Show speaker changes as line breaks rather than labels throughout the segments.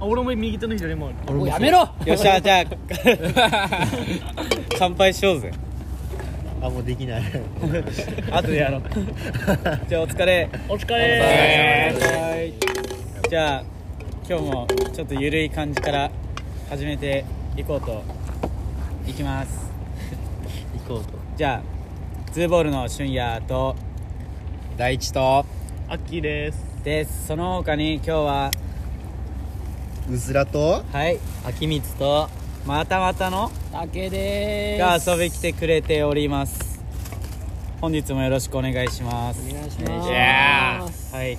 俺も右手の左もある
俺
お
も
いやめろ
よっ しゃじゃあ乾杯しようぜ
あもうで きない
あとで やろうじゃあお疲れ
お疲れ
じゃあ今日もちょっとゆるい感じから始めていこうといきます
行こうと
じゃあツーボールの俊也と
第一と
アッキーです
ですその他に今日は
うずらと
はい秋光とまたまたの
竹で
が
ーす
遊び来てくれております本日もよろしくお願いします
お願いし
お願
ま
いしますはい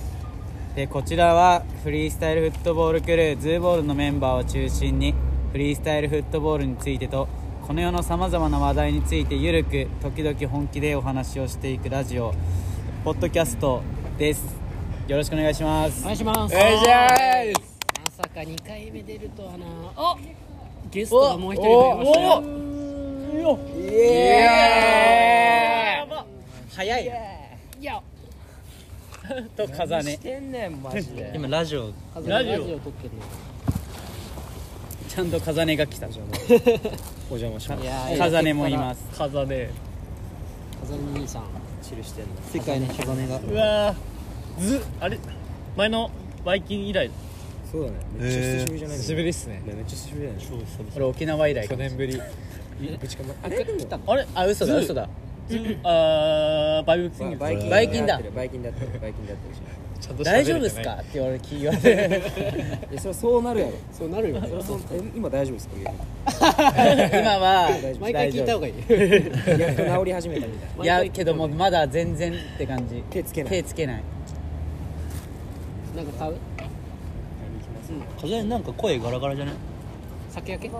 でこちらはフリースタイルフットボールクルーズーボールのメンバーを中心にフリースタイルフットボールについてとこの世のさまざまな話題についてゆるく時々本気でお話をしていくラジオポッドキャストですよろしくお願いします
お願いします
お願いし
まさか2回目出るとはなあゲストがもう一人増えましたよ
エー早いなと風ね
てんねんマジで
今ラジオ
ラジオ撮ってる
ちゃんと風音が来た
お邪魔しま
の
す
いや
風音もいます
風で
風の兄さん
チルしてんの
世界の風音が
うわーずあれ前のバイキン以来
そうだねめっちゃ久しぶりじゃない久しぶりっすねめっちゃ久しぶりだね
俺沖縄以来
去年ぶりぶちかまあれでも
あれあ嘘だ嘘だ
あーバイブキング
バイキン
バイキンだ
バイキンだってるバイキンだってる
ちゃんと喋れ
大
て
丈
ない
夫ですかって言われ言われ
いやそれはそうなるやろ
そうなるよ
それはそうえ今大丈夫ですか逆に
今は
毎回聞いた方がいい
やっと治り始めたみたい
いやけどもまだ全然って感じ
手つけない
手つけない
なんか買う
風邪なんか声ガラガラじゃない
酒焼け
じ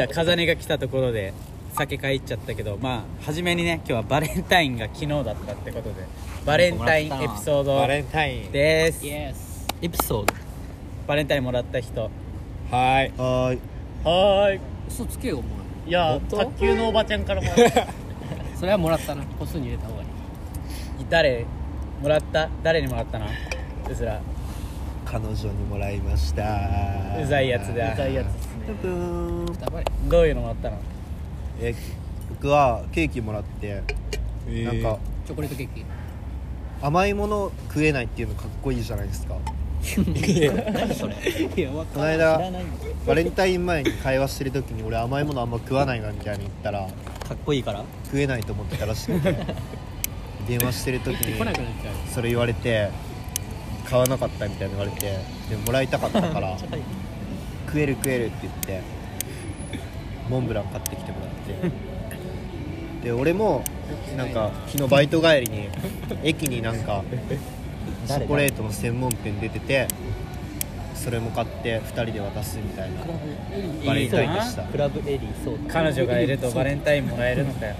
ゃあ風音が来たところで酒買いっちゃったけどまあ初めにね今日はバレンタインが昨日だったってことでバレンタインエピソード
ンタイン
です
イエス
エピソード
バレンタインもらった人
はい
はーい
はーい
嘘つけよお前
いやー卓球のおばちゃんからもらった
それはもらったな個数に入れた方がいい
誰もらった誰にもらったのうずら
彼女にもらいました
うざいやつだ
痛いやつですね
プンプン
ダバレ
どういうのもらったの
え僕はケーキもらって、なんか
チョコレートケーキ
甘いもの食えないっていうのかっこいいじゃないですか
いやわか
この間バレンタイン前に会話してる時に俺甘いものあんま食わないなみたいに言ったら
かっこいいから
食えないと思ってたらしくて電話してる時
来なく
に
なっちゃう
それ言われて買わなかったみたいに言われてでももらいたかったから食える食えるって言ってモンブラン買ってきてもらってで俺もなんか昨日バイト帰りに駅になんかチョコレートの専門店出ててそれも買って2人で渡すみたいなバレンタインでした
クラブエリーそう彼女がいるとバレンタインもらえるのかよ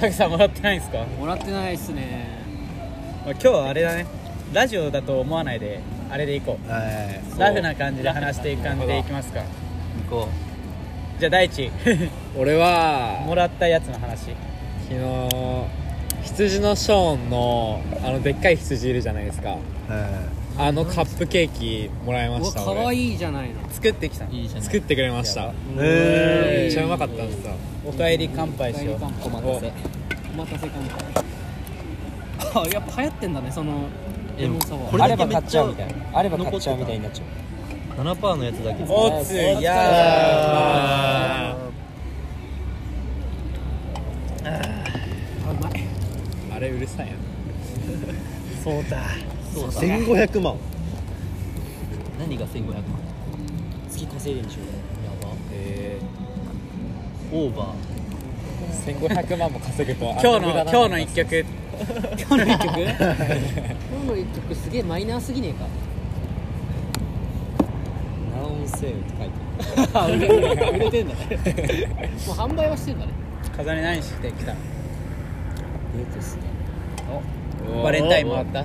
たくさんもらってないんすか、
もらってないっすね
まあ、今日はあれだねラジオだと思わないであれでいこ
は
うラフな感じで話していく感じでいきますか行こうじゃあ第一
俺は
もらったやつの話
昨日羊のショーンのあのでっかい羊いるじゃないですか
いは
あのカップケーキもらいうま
わ
した
かわ
い
いいじゃないの
作ってきたの
作ってくれました
いへ
めっちゃうまかったんですよ
おかえり乾杯し
大
よう
乾杯お待
たせ
たせ乾杯あやっぱ流行ってんだねそのレモンサワー
これ
あ
あれば買っちゃうみたい
あれ
ば買っちゃうみたいに
なっちゃう
7%のやつだけ
おつや
あ
うまい
あれうるさいや
そうだ
ー1500万
何が1500万月稼いでんでしょや
え
ばオーバ
ー、1500万も稼ぐと
今日の今日の一曲今日の一曲
今日の一曲すげえマイナーすぎね
ナオンセールって書いて
えか売れてんだ売れてんだね もう販売はしてんだね
飾り何してきたの
デートす
おバレンタインもらった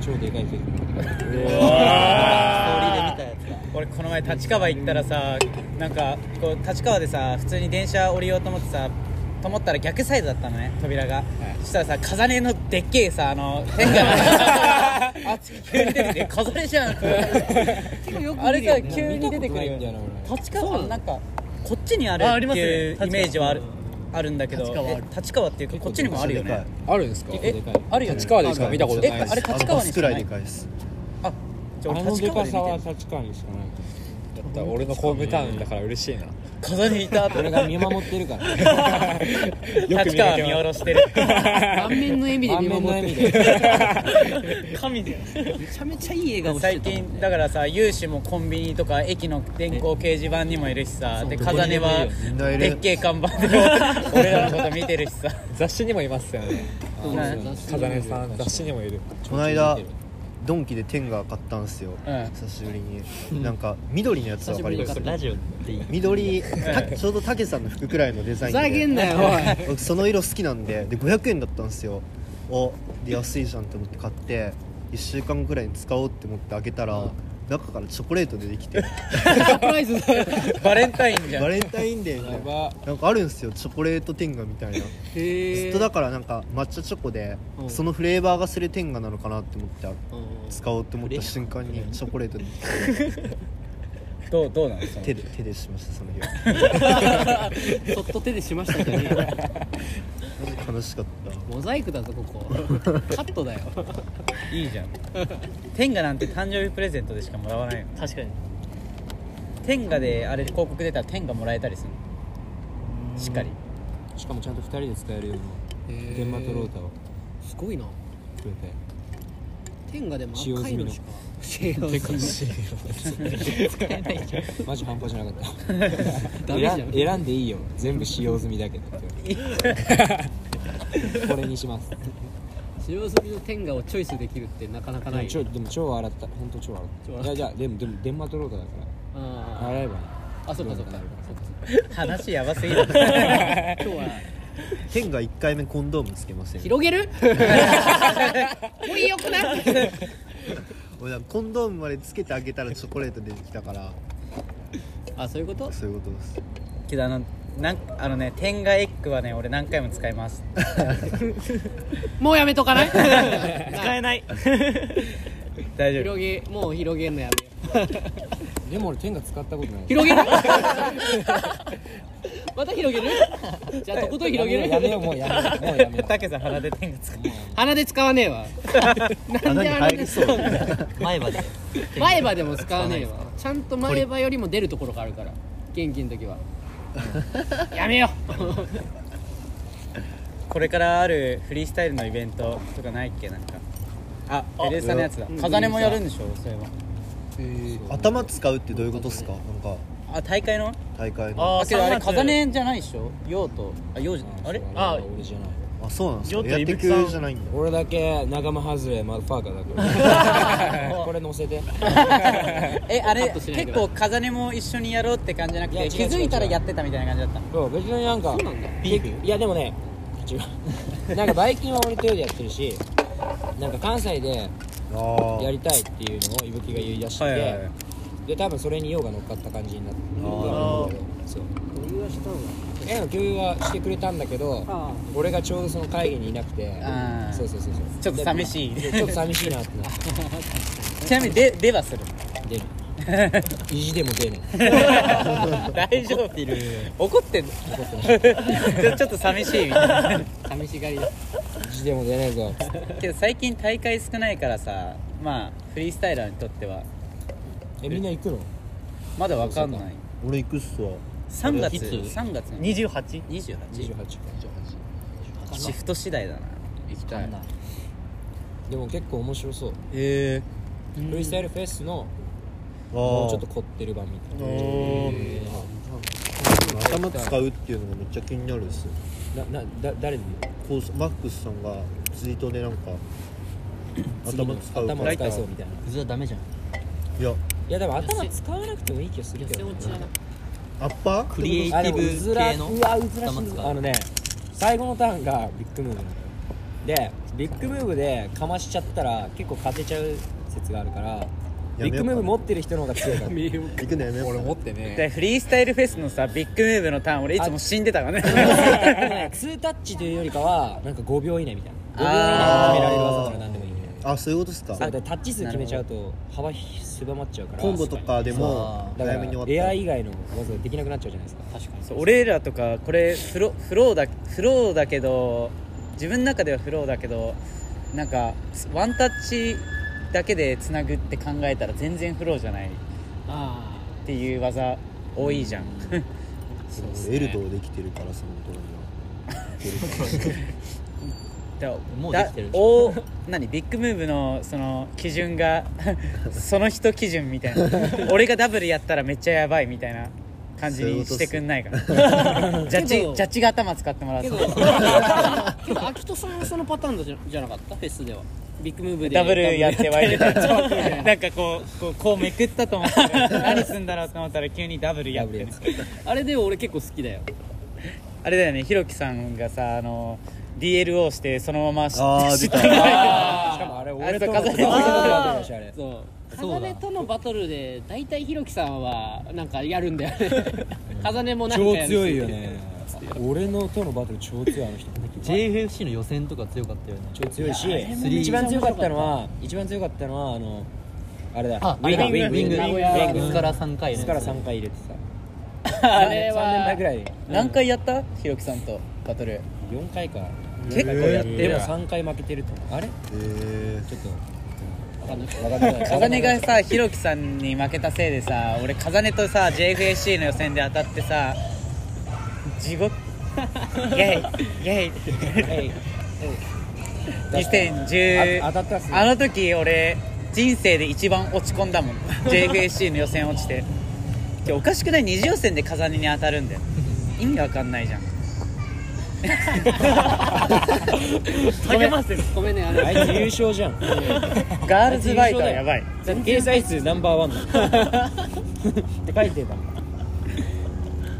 超でかいケー
ストーリーで見たやつだ俺この前立川行ったらさなんかこう立川でさ普通に電車降りようと思ってさと思ったら逆サイズだったのね扉が、そしたらさ風音のでっけえさあの変化
あ急に出てくる飾れじゃん結構よく
あ
見
れ
るよ
さ急に出てくるよ
見たことないんだよな俺
立川なんかこっちにある
あ
っ
あります
て
ね
いうイメージはある
立
あるんだけど
立川あ
え
る
立川っていうかこっちにもあるよね
あるんですか
えあるよね
立川でしか見たことないです
えあれ
あの
立川
バ
に
ス
しか
く
な
ら
い
いでかいです
あじゃ
あ
あ俺
の
立
で
川
か
で
さは
見てる
立川にしかないだったら俺のホームタウンだから嬉しいな
飾りいた って
俺が見守ってるから
立川見下ろしてる
顔面の笑みで見守って
る
神だよ
めちゃめちゃいい笑顔してた
最近だからさ有志もコンビニとか駅の電光掲示板にもいるしさで
どこ
風
に
根
でもいる
は
よ
みんないる
でっけえ看板で俺らのこと見てるしさ
雑誌にもいますよね風根さん雑誌にもいる
この間ドンキで天が買ったんすよ、久しぶりになんか緑のやつ
久
わ
し
か
ぶり
りま
に
す
ラジオっていい
緑たちょうどたけしさんの服くらいのデザイ
ふ
ンで
ざけんなよおい
僕その色好きなんでで500円だったんですよおで安いじゃんと思って買って1週間ぐらいに使おうって思って開けたら、中からチョコレート出てきて
サプライズだよ
バレンタインじゃん
バレンタインデーみたいな
ば
なんかあるんですよチョコレート天下みたいなず
へ
っ
え
とだからなんか抹茶チョコで、
うん
そのフレーバーがする天下なのかなって思って使おうと思った瞬間にチョコレートに
どうどうなのその
手で手でしましたその日は
そっと手でしましたけどね
悲しかった
モザイクだぞここカットだよ
いいじゃん天下なんて誕生日プレゼントでしかもらわないよ
確かに
天下であれ広告出たら天下もらえたりするのしっかり
しかもちゃんと2人で使えるよう
へ
な
ー
電マとロータを
すごいな
くれて
天下でも
使用
赤
済
い
み
の
の
しか使用済み
マジ半端じゃなかった
ダメじゃん
選選んでいいよ全部使用済みだけどって言われてこれにします
使用済みの天下をチョイスできるってなかなかない
ちょでも超洗った本当超洗っ
超
た
洗っ
い
た
やじゃあでもでも電マとロータだか
あ
ら洗えばいい
ーあそっかそっかそっか
話やばすぎる
今日は
天下1回目コンドームつけません
広げるもういいよくない
俺だからコンドームまでつけてあげたらチョコレート出てきたから
あそういうこと
そういうことです
けどあのなんあのね天下エッグはね俺何回も使います
もうやめとかない
使えない
大丈夫
広げもう広げんのやめよう
でも俺天が使ったことない
広げる また広げるじゃあとことん広げる
やめようもうやめようもうやめよう
たけさん鼻で天下使う
鼻で使わねえわなん
穴
で
に
鼻
入
で
りそう
前歯で
前歯でも使わねえわちゃんと前歯よりも出るところがあるから元気の時はやめよう
これからあるフリースタイルのイベントとかないっけなんかあテレサのやつだ
うん
風根もやるんでしょそういえ
頭使うってどういうことですかなんか
ばあ大会の
大会の
あけどあれ
3月
風根じゃないでしょ用とあ用じゃあれ
あ
俺じゃない
あそうなんです
ちょっ
か
と
やって
伊吹
く
さん
じゃないんだ
俺だけ仲間外れマファーカーだ からこれ乗せて
えあ
カ
れ
ットしない
結
で
構風根も一緒にやろうって感じじゃなく
いや違
て
う
気づいたらやってたみたいな感じだった
そう別になんか
なんだ
ビー
いやでもね違うなんかバイキンは俺とよりやってるしなんか関西で
あー
やりたいっていうのを伊吹が言い出して、
はいはいはい
で多分それに用が乗っかった感じになってる
あ
そうえの共有はしてくれたんだけど俺がちょうどその会議にいなくて
あー
そうそうそうそう
ちょっと寂しい
でちょっと寂しいなってなって
ちなみにででは する
出る 意地でも出る
大丈夫怒ってる怒ってんの ちょちょっと寂しいみたいな
寂しがりだ
意地でも出ねえぞ
けど最近大会少ないからさまあフリースタイラーにとっては
えみんな行くの
まだわかんない
俺行くっすわ
3月
いつ
3月の
28?
28
28
か
シフト次第だな
行きたい
でも結構面白そう
へえ
フリースタイルフェスの
あ
もう
ー
ちょっと凝ってる版みたい
あー頭使うっていうのがめっちゃ気になるっす
ななだ誰に
こうマックスさんがツイートでなんか
次の
頭使うから
頭使いそうみたいな
普通はダメじゃん
いや
いやでも頭使わなくてもいい気がするけどな
アッパー
クリエイテ
あでもう
ィ
ず
ブ
ら
系
う
の
わうずらしい
頭使う
あのね最後のターンがビッグムーブなのよでビッグムーブでかましちゃったら結構勝てちゃう説があるから
めようかな
ビッグムーブ持ってる人の方が強 いから
行くのやめようかな
ってね
でフリースタイルフェスのさビッグムーブのターン俺いつも死んでたからね
2タッチというよりかはなんか5秒以内みたいな5秒以内に決められる技なら何でもいいみたいな
あそういうことですか
そうだタッチ数決めちゃうと幅狭まっちゃうから
コンボとかでも
だか
早
ら
めに終わった
エア以外の技ができなくなっちゃうじゃないですか 確かに
そう俺らとかこれフロフローだフローだけど自分の中ではフローだけどなんかワンタッチだけでつなぐって考えたら全然フローじゃないっ
あ
ていう技多いじゃん
エルドーできてるからその頃には
だ
もうできてる
だお何ビッグムーブのその基準がその人基準みたいな俺がダブルやったらめっちゃやばいみたいな感じにしてくんないかなジャッジ
けど
ジャッジが頭使ってもらう
け
と
ど けど秋人さんはそのパターンだじゃじゃなかったフェスではビッグムーブで
ダブルやって湧い てた
ダブルやって
なんかこうこうこうめくったと思ったら何すんだろうと思ったら急にダブルやってる
あれで俺結構好きだよ
あれだよねひろきさんがさあの DLO してそのままし
あー
知
出
ったてない
しかもあれ俺との
あれと
戦いのバトルだしあれ
そう
そうだ
風とのバトルで大体ひろきさんはなんかやるんだよね風音もなんかや
超
るし
強いよね俺のとのバトル超強いあの人
JFC の予選とか強かったよね
超強いし
いやあれも
一番強かったのは一番強かったのはあのあれだ
あ
ウィング
あれだ
ウィング
ウ
ウ
ィ
ィ
ン
ン
グ名
グウィン
古
グ
屋から3回
椅
ね
子から3回入れてさ
あ
3
れ
連
は
敗ぐらい
何回やったひろきさんとバトル
4回か
結構やって
で
る
も
わ
3回負けてると思うあれ
え
ちょっと
わかんない
分かんない
風音がさひろきさんに負けたせいでさ俺風音とさ JFAC の予選で当たってさ地獄イェイイェイ
はい
2010
あ当たったっすね
あの時俺人生で一番落ち込んだもん JFSC の予選落ちて今日おかしくない二次予選で風に当たるんだよ意味わかんないじゃん
励ませるごめんねあの
あいつ優勝じゃん
ガールズバイトはやばい
掲載数ナンバーワンだって書いてたもん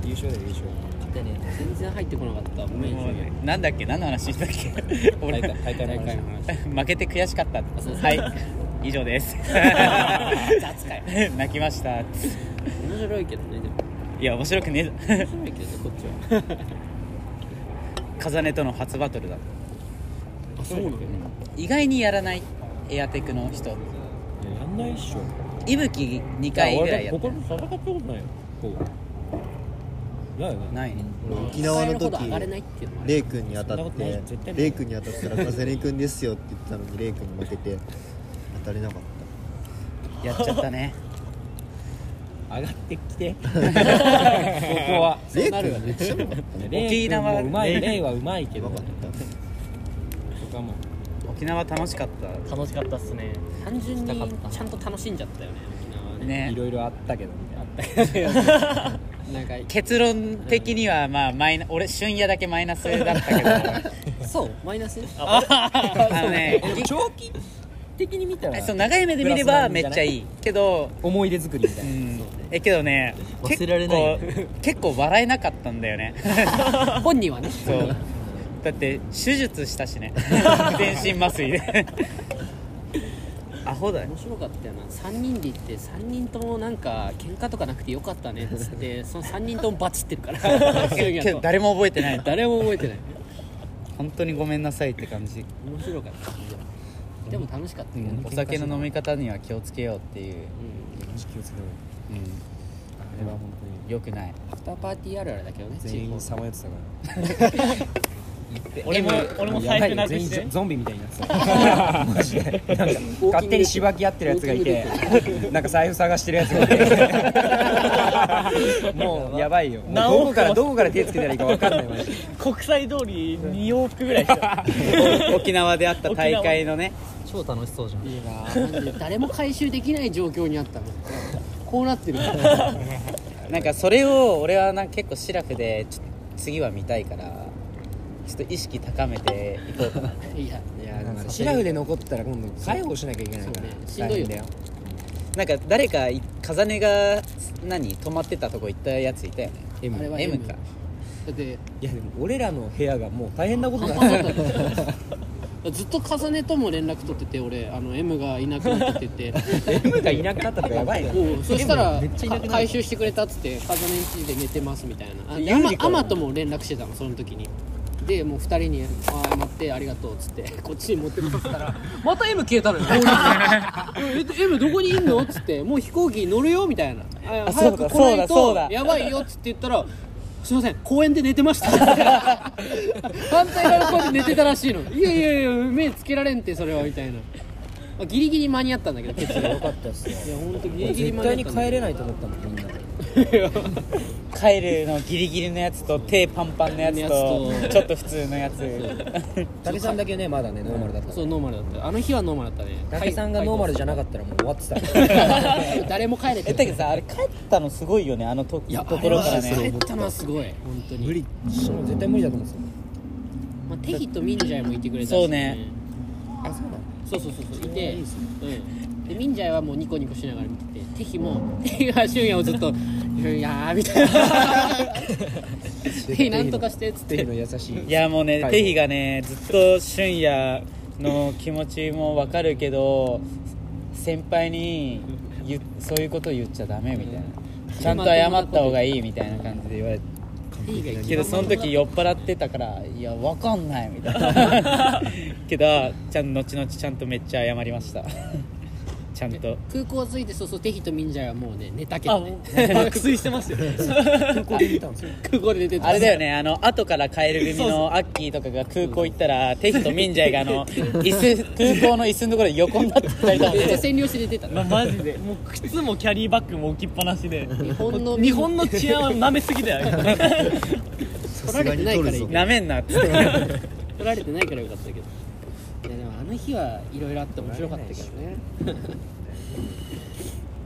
優勝だよ優勝
ってね全然入ってこなかったごめん
もう
ね
なんだっけ何の話したっけ俺
大会大会の話
負けて悔しかった
そうそう
はい以上です
雑かよ
泣きました
面白いけどねでも
いや面白くねえ
面白いけどねこっちは
風音との初バトルだ
あそうなの
意外にやらないエアテクの人
いややんないっしょ
いぶき2回ぐらいやって
ここ
る
で戦ったことないよこうないよね
ないね
ー、沖縄の
お前ほど上がれない
時
っていうのは
レイ君に当た
そんな
っ
ことない
て
絶対ない
レイ君に当たったら「風レ君ですよ」って言ってたのにレイ君に負けて当たれなかっ
やっちゃったね
上がってきて ここは
たレイ君めっちゃうまかったね
レイ君もうまいレイはうまいけ
う
ど
まか
そ
った
こはもう
沖縄楽しかった
楽しかったっすね
単純に
行きたかった
ちゃんと楽しんじゃったよね沖縄はね
ね
いろいろあったけどみたいな
なんか
結論的にはまあマイナ俺春夜だけマイナスだったけど
そうマイナス
あのね
でも長期的に見た ら
そう長い目で見れ
プラスな
ば
ん
め
じゃ
っ
ない
ちゃいいけど、
思い出作りみたい
うん
な
えけどね
忘れられないよ
結構結構笑えなかったんだよね
本人はね
そうだって手術したし ね全身麻酔でアホだよ
面白かったよな3人で行って3人ともなんか喧嘩とかなくてよかったねっつってその3人ともバチってるから
けけど誰も覚えてない
誰も覚えてない
本当にごめんなさいって感じ
面白かったでも楽しかったけど、
お酒の飲み方には気をつけようっていう、
気をつけろよあれは本当に
よく ない
アフターパーティーあるあるだけどね
全員
地
さ
方
まよってたから
俺も
俺も財布なくしてゾンビみたいになってたマジ でなんか勝手にしばき合ってるやつがい てなんか財布探してるやつがいてもうやばいよもうどこからどこから手つけたらいいか分かんないマジで
国際通り2往復ぐらいした
沖縄であった大会のね
超楽しそうじゃん
いいななんで誰も回収できない状況にあったのこうなってるから
なんかそれを俺はなんか結構シラフでちょっと次は見たいからちょっと意識高めていこうか な
いや
いやなんかシラフで残ったら今度介護しなきゃいけないから
そうねしんどいよ
大変だよ
なんか誰かい風音が何泊まってたとこ行ったやついたよね
M
あれは
M か
だって
いやでも俺らの部屋がもう大変なことにな ってる
ずっと重ねとも連絡取ってて俺あの M がいなくなってて
M がいなくなったとかやばいよ
おうそしたらか回収してくれたっつって「風のんちで寝てます」みたいなあで
有利
アマ
か
アマとも連絡してたのその時にでもう2人に「ああ待ってありがとう」っつって こっちに持ってこったらまた M 消えたのよ合流で え M どこにいんの?」っつって「もう飛行機乗るよ」みたいな「あ早く来ない
そ
と
うだそうだ
やばいよ」っつって言ったら「すいません公園で寝てま した」反対側の公園で寝てたらしいの「いやいやいや目つけられんってそれは」みたいな。まあギリギリ間に合ったんだけど結論よかったっすいや本当ギリギリ
絶
間に合
対に帰れ
ったんだけど
ないと思ったもんみんな
帰るのギリギリのやつと手パンパンのやつと
やつと
ちょっと普通のやつ
武さんだけねまだねノーマルだった
そうノーマルだったあの日はノーマルだったね
武さんがノーマルじゃなかったらもう終わってたよ
誰も帰れて
えだけどさあれ帰ったのすごいよねあのと
いや
ところから
あれ
ね
は帰ったのはすごい本当に
無理絶対無理だと思うんですよ
まあ、テヒとミンジャイもいてくれたし
そうね
あそうなのそうそうそうそういてうんでミンジャイはもうニコニコしながら見ててテヒもテヒは俊也をずっと「いやー」みたいな「テヒなんとかして」っつっ
テヒ
て
の優しい
いやもうね
はい
テヒがねずっと俊也の気持ちもわかるけど先輩に言うそういうこと言っちゃダメみたいなちゃんと謝った方がいいみたいな感じで言われて
テヒが一番
けどその時酔っ払ってたからいやわかんないみたい なけどちゃん後々ちゃんとめっちゃ謝りましたちゃんと
空港着いてそうそうテヒとミンジャイはもうね寝たけどね
爆睡して ますよ
空港で見たんですよ
空港で寝てた
あれだよねあの後から帰る組のアッキーとかが空港行ったらテヒとミンジャイがあの椅子空港の椅子のところで横になって2人とも
めっちゃ
ね
占領して寝てた
まマジでもう靴もキャリーバッグも置きっぱなしで
日本の
日本の治安は舐めすぎだよ
さすがに取るぞ
取
なめんなっつって
取られてないからよかったけどいやでもあの日はいろいろあって面白かったけどね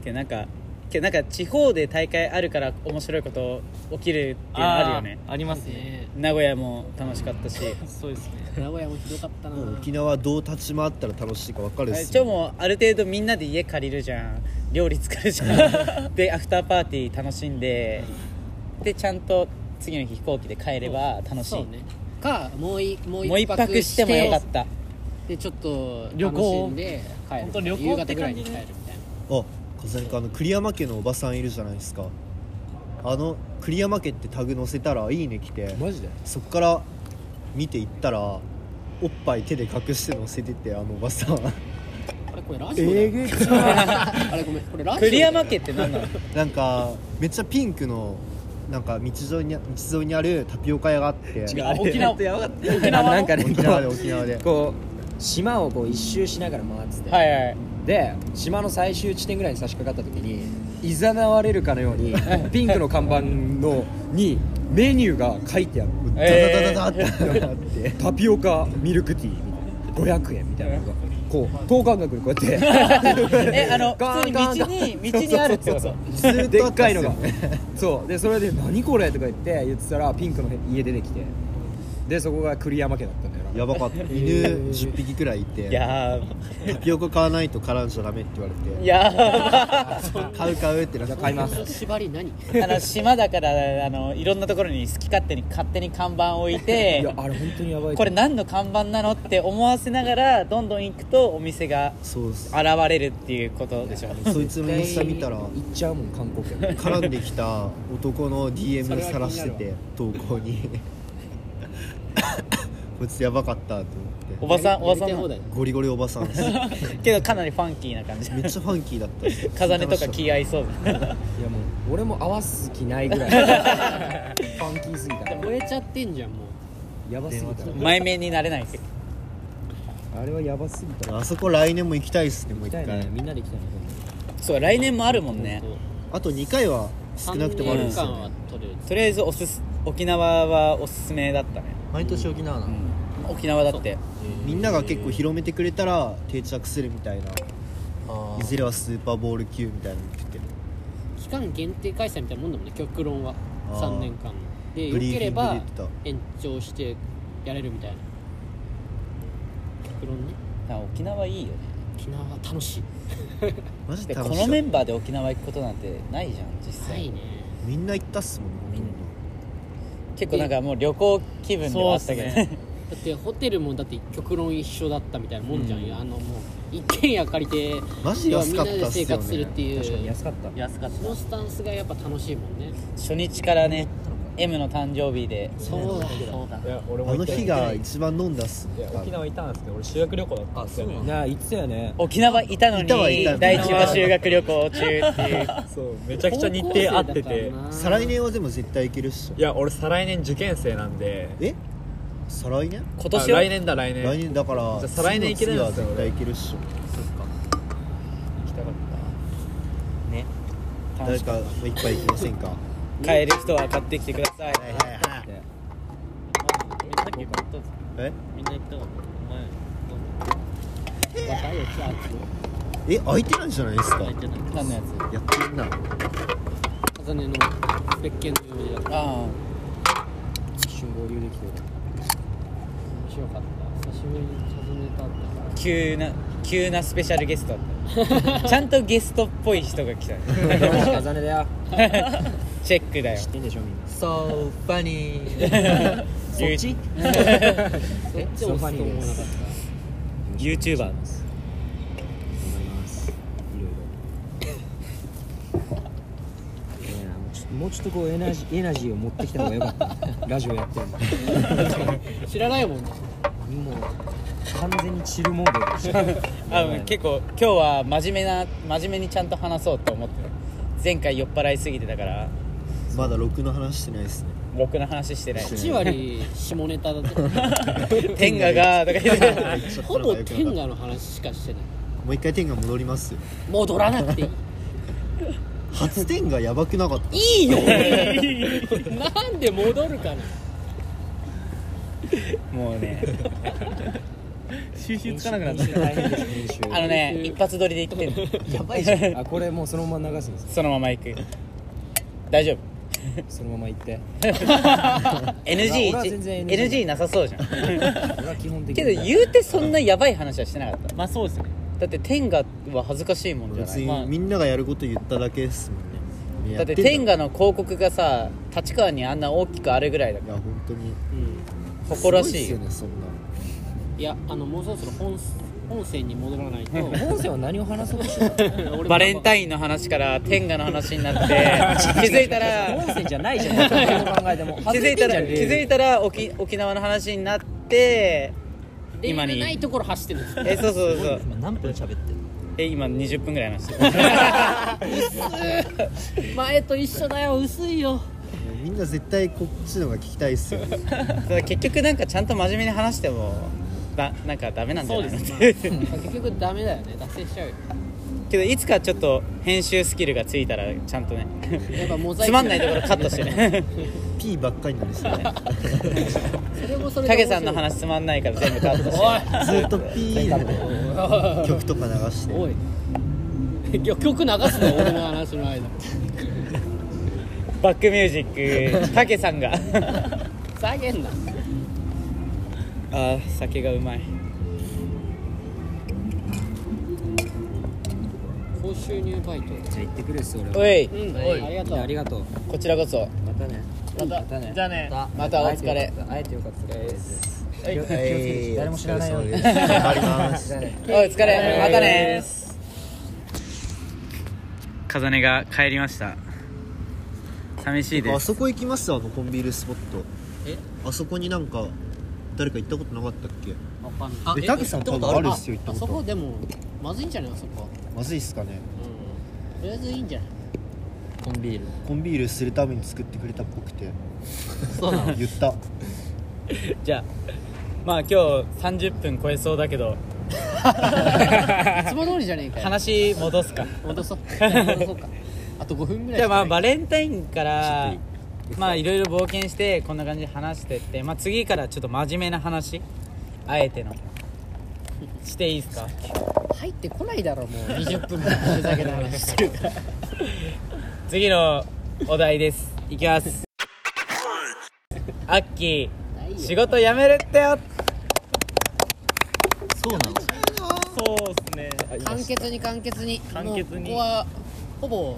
けどなんかけどなんか地方で大会あるから面白いこと起きるっていうのあるよね
あーありますね
ね
名古屋も楽しかったし
そうですね
名古屋もひどかったな
もう沖縄どう立ち回ったら楽しいか分かるっす
一応もうある程度みんなで家借りるじゃん料理作るじゃんでアフターパーティー楽しんででちゃんと次の日飛行機で帰れば楽しい、
そうねかもういもう
もう一泊してもよかった
でちょっと
旅行
楽しんで帰る
本当旅行
夕方ぐらいに
っ
帰
て
るみ
感じね
たい
あ風邪かあの栗山家のおばさんいるじゃないですかあの栗山家ってタグ載せたら「いいね」来て
マジで
そっから見ていったらおっぱい手で隠して載せててあのおばさん
なあれこれラジオだよ
ぐい
あれごめんこれラジオだよ
栗山家って何なの
なんかめっちゃピンクのなんか道沿いに道沿いにあるタピオカ屋があって
沖縄
やばかった
沖縄の
なんかね
沖縄で沖縄で
こ
島をこう一周しながら回ってて、
はいはい
で島の最終地点ぐらいに差し掛かった時にいざなわれるかのようにピンクの看板のにメニューが書いてある
ダ
えー
ダダダダってな って
タピオカミルクティーみたいな500円みたいなのがこう等間隔でこうやって
えあの
ガ
普通
ン
に
ガンガン
道に道にあるってこと
ずーっとあったっすよね
でっかいのがそうでそれで「何これ?」とか言って言ってたらピンクの家出てきてでそこが栗山家だったんだよな
やばかった犬10匹くらいいて
いやー
タピオカ買わないと絡んじゃダメって言われ
いや
て買う買うってなって
買います
この縛り何
ー あの島だからあのいろんなところに好き勝手に勝手に看板を置いて
いやあれ本当にやばい
これ何の看板なのって思わせながらどんどん行くとお店が
そうっす
現れるっていうことでしょ
そいつのインスタ見たら
行っちゃうもん韓国客
絡んできた男の DM さらしてて投稿にこいつやばかったと思
お
っ
ばさんおばさ
やりたい
ん
放
な
題
てゴリゴリおばさんです
けどかなりファンキーな感じ
めっちゃファンキーだったです
風音とか気合いそう
いやもう俺も合わす気ないぐ らいファンキーすぎた
燃えちゃってんじゃんもう
やばすぎた
前面になれないですよ
あれはやばすぎた
あそこ来年も行きたいっすねもう一
行きたい
回
みんなで来たね
そう来年もあるもんね
あと2回は少なくともあるんです
三
よ
年間は
ね
取れる
とりあえずおすす沖縄はおすすめだったね、
毎年沖縄な
沖縄だって
みんなが結構広めてくれたら定着するみたいな
あ
いずれはスーパーボール級みたいなの言ってて
期間限定開催みたいなもんだもんね極論は
あー
3年間で
ブ
よけ
リーフ
れ
ィングで
ば
言ってた
延長してやれるみたいな極論ね
あ沖縄いいよね
沖縄は楽しい
マジ
で
で
こ
楽し
の
かっ
メ
た
ンバーで沖縄行くことなんてないじゃん実
な
際、
いね
みんな行ったっすもんねほとんど
結構なんかもう旅行気分ではあったけど、ね、
だってホテルもだって極論一緒だったみたいなもんじゃんよ、あのもう一軒家借りて
マジ安かったっす
みん
よね
なで生活するってい
確かに
う
安かった
そのスタンスがやっぱ楽しいもんね
初日からね M の誕生日で
そうだそうだ
いや俺
あ
も
の
行った
日が一番飲んだっす
いや沖縄いたんですけど俺修学旅行だったんですよ
いや言ってたよね
沖縄いたのに
いたはいた
第一は修学旅行中っていう
そうめちゃくちゃ日程合ってて
再来年はでも絶対いけるっしょ
いや俺再来年受験生なんで
え再来年
今
あ
年は
来年だ来年
来年だから
じゃあ再来年いけるんですよ
次は絶対いけるっしょ
行きたかっ
ね楽
誰
しく
かいっぱい行きませんかは
買える人は買ってきてください
いはいはい
たみんな行ったんです
え
みんな行ったか
え空いてないんじゃないですか
お前行って
何のやつ
やってんな
風音の別件の用事だった
あ
面白かった久しぶりに風音と会ったから
あ急な急なスペシャルゲスト だったちゃんとゲストっぽい人が来たね
風根だよ
チェックだよ
知ってんでしょみんな
So funny そっち
そっちを押すと思わなかった
YouTuber
頑張りますいろいろねえもうちょっともうちょっとこうエナジーエナジーを持ってきた方がよかったラジオやってるの
知らないもんね
もう完全にチルモードでし
あうん結構今日は真面目な真面目にちゃんと話そうと思ってる前回酔っ払いすぎてたから
まだ6の話してないっすね
ろくな話してない
8割下ネタだった
天下がとか言って
言っちゃった
ほ
のが
ぼ
良くな
天
かった
下の話しかしてない
もう一回天が戻りますよ
戻らなくていい
初天がやばくなかった
いいよなんで戻るかな
もうね
収集つかなくなっちゃった
ょ
あのね一発撮りで言ってんのやばいじゃん
あこれもうそのまま流すんです
そのまま行く大丈夫
そのまま行って 俺は全
NG
然 NG
NG なさそうじゃん
俺は基本的
け
に
ど言うてそんなやばい話はしてなかっ た
まあそうですね
だって天下は恥ずかしいもんじゃな
別
い、ま
にみんながやること言っただけですもんね
あだって天下の広告がさ立川にあんな大きくあるぐらいだか
いや本当に
ら誇らしいよ
すごっすよね
いやあのもうそろそろ本本線に戻らないと
本線は何を話そうとしてたの
俺
バレンタ
イ
インの話から天下の話になって気づいた
本
ら
線じゃな いじゃんどう考えても
気づいたら気づいたら沖沖縄の話になって今に
ないところ走ってるんです
えそうそうそう
何分喋って
え今20分ぐらい話してる
前と一緒だよ薄いよ
そんなもうみんな絶対こっちのが聞きたいっすよね
ただ 結局なんかちゃんと真面目に話してもだなんかダメなんじゃないのって
結局ダメだよね達成しちゃうよ
けどいつかちょっと編集スキルがついたらちゃんとね
やっぱモザイク
つまんないところカットしてね
P ばっかりなんですよね
それもそれで面白い
影さんの話つまんないから全部カットして
ずっと P で曲とか流して
おい曲流すの俺の話の間
バックミュージック影さんが
下げんな
あー酒がうまい
高収入バイト
じゃあ行ってくるっす俺
おい
うんありがとう
ありがとう
こちらこそ
またねまたね
じゃあね
またお疲れ
会えてよかったです
はい
気をつけて誰も知らないように
お疲 れ様です頑張ります
じゃあね
おいお疲れまたね風音が帰りました寂しいで
あ
す
そこ行きますあのコンビールスポット
え
あそこになんか誰か行ったことなかったっけ
わかんない
えタケさん多分あるっすよ行った
あ
こと
そこでもまずいんじゃないあそこは
まずいっすかね
とりあえずいいんじゃない
コンビール
コンビールするために作ってくれたっぽくて
そうなの
言った
じゃあまあ今日30分超えそうだけど
いつも通りじゃねえかよ
話戻すか
戻そう戻そうかあと5分ぐらい
じゃあまあ
し
バレンタインからまあいろいろ冒険してこんな感じで話してってまあ次からちょっと真面目な話あえてのしていいですか
か入ってこないだろもう20分もふざけた話してるから
次のお題ですいきますアッキー仕事辞めるってよ
そうですね
簡潔に簡潔に
簡潔に
もうここはほぼ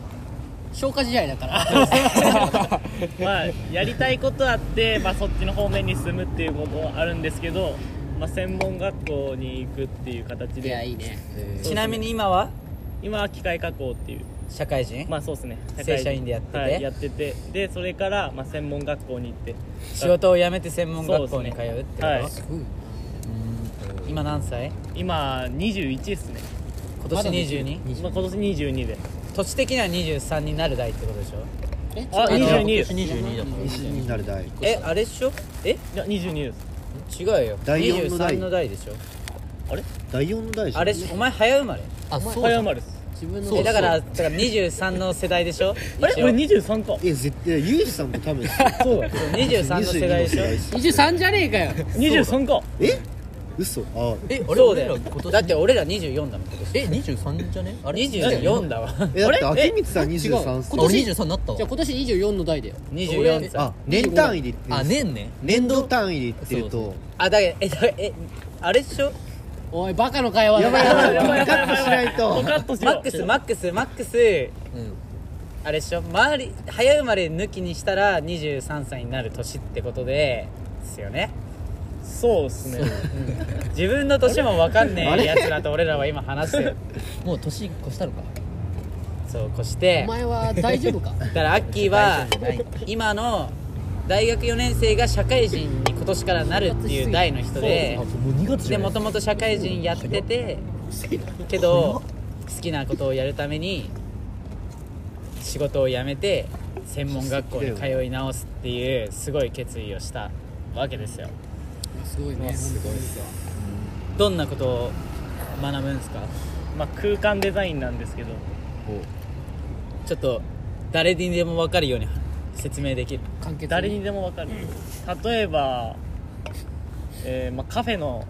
消化試合だから
まあやりたいことあ って、まあ、そっちの方面に進むっていうことはあるんですけど、まあ、専門学校に行くっていう形
いやい
で
いね
ちなみに今は
今は機械加工っていう
社会人、
まあそうですね
正社員でやってて
はい、やっててでそれから、まあ、専門学校に行って
仕事を辞めて専門学校
そうで
に通
すね
うってこと、
はい
今何歳
今21ですね、
今年 22?、
まあ、今年22で
土地的には23になる代ってことでしょ
あ
違
22
う
ですい
22だった
になる代
えあれっしょえ
や22です
違うよ
第四の代
23の代でしょ
第4の代じゃん
あれっしょお前早生まれ
あそう
早
だ
生まれです
自分
そう
え
の
だからだから23の世代でしょ
あれ俺23か
え絶対ユージさんも多分
そうだ
23の世代でしょ
23じゃねえかよ
23か
え嘘あ
えあれ
そうだよ
俺ら今年
だって俺ら24だもん今年
え23じゃねあれ
24 だわ
えだって秋光さん23歳
今年23になったわ
じゃあ今年24の代だよ
24歳
あ年単位で言ってる
あ年ね
年度単位で言ってると
あだけどえだえあれっしょ
おいバカの会話だ
やばいやばいやばいカ
や
ットしないと
カットし
マ
ろ
ックスマックスマックス
うん
あれっしょ周り早生まれ抜きにしたら23歳になる年ってことでですよね
そうですね
自分の年も分かんね
あ
え
れ
やつらと俺らは今話してる
もう年越したのか
そう越し
お
て
前は大丈夫か
だからアッキーは
大丈夫
今の大学4年生が社会人に今年からなるっていう代の人で
あもう2月じ
で
ゃな
も
い
ともと社会人やっててけど好きなことをやるために仕事を辞めて専門学校に通い直すっていうすごい決意をしたわけですよ
すごいねすごい
どんなことを学ぶんですか
まあ空間デザインなんですけど
ちょっと誰にでも分かるように説明できる
簡潔
誰にでもわかる例えば、えーまあ、カフェの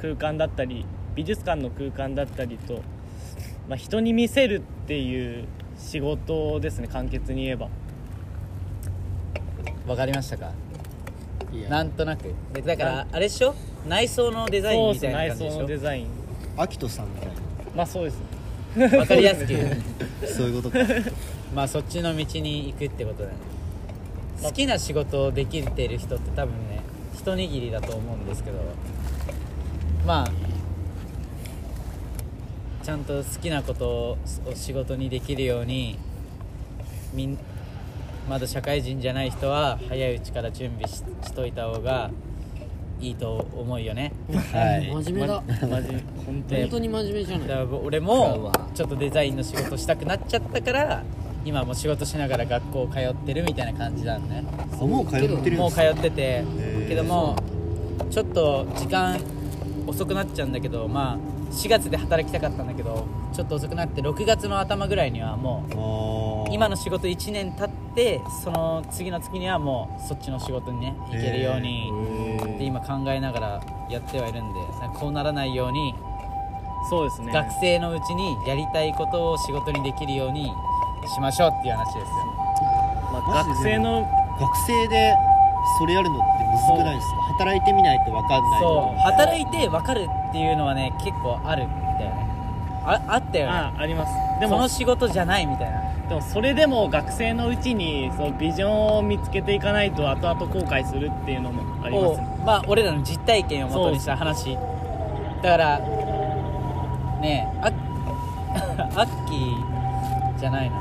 空間だったり美術館の空間だったりと、まあ、人に見せるっていう仕事ですね簡潔に言えば
分かりましたか
いや
なんとなくでだからあれっしょ内装のデザイ
そ
ン
うで
み
す
た
ね
いな
内
感
装の
じ
デ
でし
ザイン
秋人さんみたいな
まあそうです
ょ分かりやすく言う
そういうことか
まあそっちの道に行くってことだね好きな仕事をできてる人って多分ね一握りだと思うんですけどまあちゃんと好きなことをを仕事にできるようにみんまだ社会人じゃない人は早いうちから準備ししといた方がいいと思うよね
はい
真面目だ
マジ本当
で
本当に真面目じゃ
だ
な
か
い
ら俺もちょっとデザインの仕事したくなっちゃったから今も仕事しながら学校通ってるみたいな感じなんね
あもう通ってるんです
もう通ってて
ー
けどもちょっと時間遅くなっちゃうんだけどまあ4月で働きたかったんだけどちょっと遅くなって6月の頭ぐらいにはもう
あー
今の仕事1年経ってその次の月にはもうそっちの仕事にね行けるようにって今考えながらやってはいるんでなんかこうならないように
そうですね
学生のうちにやりたいことを仕事にできるようにしましょうっていう話ですよ
まあ学生の
学生でそれやるのってむずくないですか働いてみないと分かんない
そう働いて分かるっていうのはね結構あるんだよねああったよね
あありますで
でもこ
も
の仕事じゃないみたいな
でもそれでも学生のうちにそのビジョンを見つけていかないと後々後悔するっていうのもあります
を
ね
まあ俺らの実体験をもとにした話だからねえあ アッキーじゃないな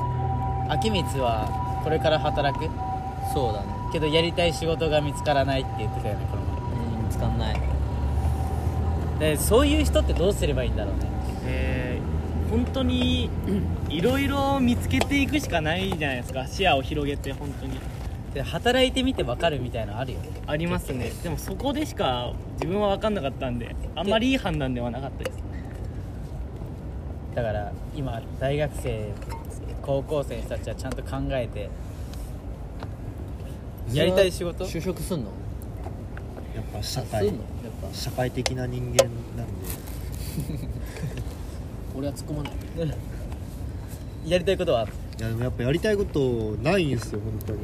秋光はこれから働く
そうだね
けどやりたい仕事が見つからないって言ってたよねこの前
うん見つかんない
でそういう人ってどうすればいいんだろうね
えー本当 にいろいろ見つけていくしかないじゃないですか視野を広げて本当に
で働いてみて分かるみたいのあるよね
ありますねでもそこでしか自分は分かんなかったんであんまりいい判断ではなかったです
だから今大学生高校生の人たちはちゃんと考えてやりたい仕事
就職すんの
やっぱ社
すん
会
の
社会的な人間なんで
俺は突っ込まない
やりたいことはい
やでもやっぱやりたいことないんですよ本当に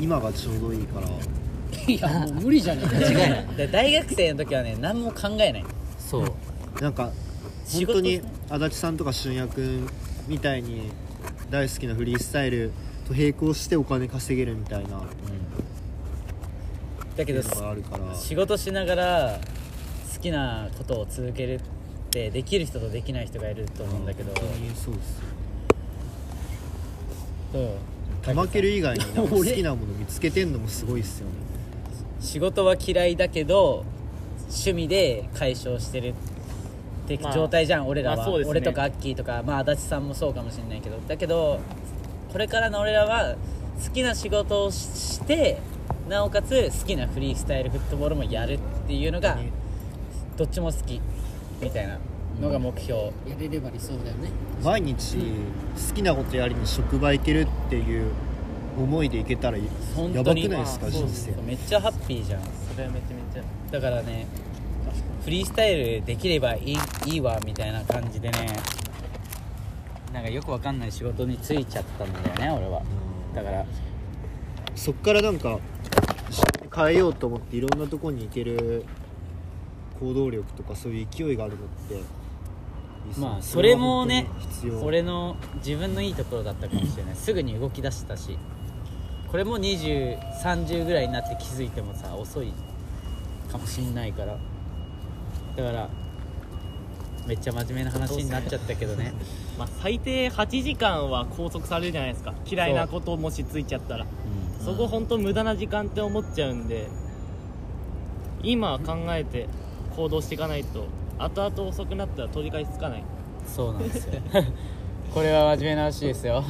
今がちょうどいいから
いやもう無理じゃねえ
違
か
いないで大学生の時はね何も考えない
そう
なんか
仕
本
事
当に足立さんとか俊也君みたいに大好きなフリースタイルと並行してお金稼げるみたいな
だけど
のがあるから
仕事しながら好きなことを続けるってできる人とできない人がいると思うんだけど
本当にそうですよ玉ける以外 になんか好きなもの見つけてんのもすごいっすよね
仕事は嫌いだけど趣味で解消してるって
まあ
状態じゃん、俺らは、
まあそうですね
俺とかアッキーとかまあ足立さんもそうかもしれないけどだけどこれからの俺らは好きな仕事をししてなおかつ好きなフリースタイルフットボールもやるっていうのがどっちも好きみたいなのが目標、
やれれば理想だよね
毎日好きなことやりに職場行けるっていう思いで行けたら
本
や
当
ばく
に
ないですか
あそう
人生
そうめっちゃハッピーじゃん
それはめちゃめちゃ
だからねフリースタイルできればいいいいわみたいな感じでねなんかよくわかんない仕事に就いちゃったんだよね俺はだから
そっからなんか変えようと思っていろんなとこに行ける行動力とかそういう勢いがあるのっていいっすね
まあそれもね
それは本当に必要
俺の自分のいいところだったかもしれないすぐに動き出したしこれも2030ぐらいになって気づいてもさ遅いかもしんないからだからめっちゃ真面目な話になっちゃったけどね
まあ、最低8時間は拘束されるじゃないですか嫌いなことをもしついちゃったらそ,、こ本当無駄な時間って思っちゃうんで今考えて行動していかないと後々遅くなったら取り返しつかない
そうなんですよ これは真面目な話です よ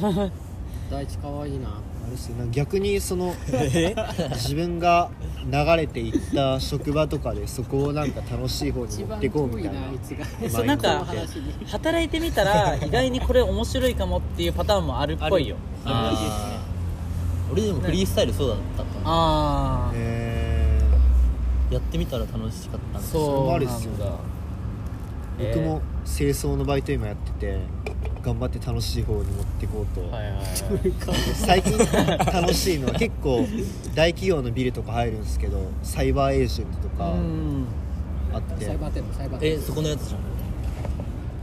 第一かわいいな
あれっすよなんか逆にそ の自分が流れていった職場とかでそこをなんか楽しい方に
一
持っ
番
ていこう
遠
み
い
たいな
なあいつが
そうなん
この
か
話に
働いてみたら意外にこれ面白いかもっていうパターンもあるっぽいよ
あるらしいですね
俺でも
フリ
ースタイルそうだったあ
え
あやってみたら楽しかった
それも
そ
あ
う
るっ
な
すよ
んだ
ー僕も清掃のバイト今やってて頑張って楽しい方に持っていこうと、
はいはいはい
最近楽しいのは結構大企業のビルとか入るんですけどサイバーエージェントとか
うん
あって、
サイバーテンのサイバーテン
えそこのやつじゃん